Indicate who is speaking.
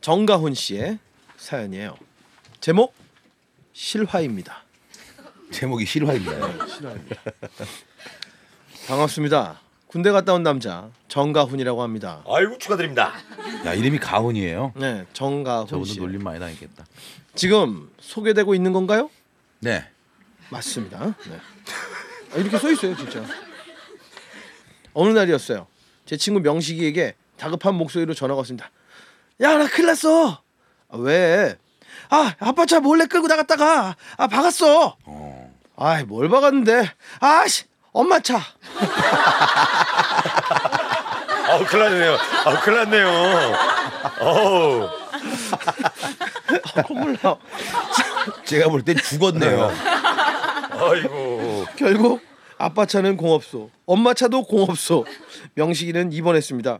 Speaker 1: 정가훈 씨의 사연이에요. 제목 실화입니다.
Speaker 2: 제목이 실화입니다.
Speaker 1: 반갑습니다. 군대 갔다 온 남자 정가훈이라고 합니다.
Speaker 3: 아이고 축하드립니다.
Speaker 2: 야 이름이 가훈이에요.
Speaker 1: 네,
Speaker 2: 저
Speaker 1: 정가훈
Speaker 2: 오늘
Speaker 1: 씨.
Speaker 2: 놀림 많이 당했겠다.
Speaker 1: 지금 소개되고 있는 건가요?
Speaker 2: 네.
Speaker 1: 맞습니다. 네. 아, 이렇게 써 있어요, 진짜. 어느 날이었어요. 제 친구 명식이에게 다급한 목소리로 전화가 왔습니다. 야, 나 큰일 났어. 아, 왜? 아, 아빠 차 몰래 끌고 나갔다가 아, 박았어.
Speaker 2: 어.
Speaker 1: 아이, 뭘 박았는데? 아씨, 엄마 차.
Speaker 3: 아우 큰일 났네요. 아우 큰일 났네요. 어우
Speaker 1: 아, 콧물 나.
Speaker 2: 제가 볼 땐 죽었네요.
Speaker 3: 아이고
Speaker 1: 결국 아빠 차는 공업소, 엄마 차도 공업소. 명식이는 입원했습니다.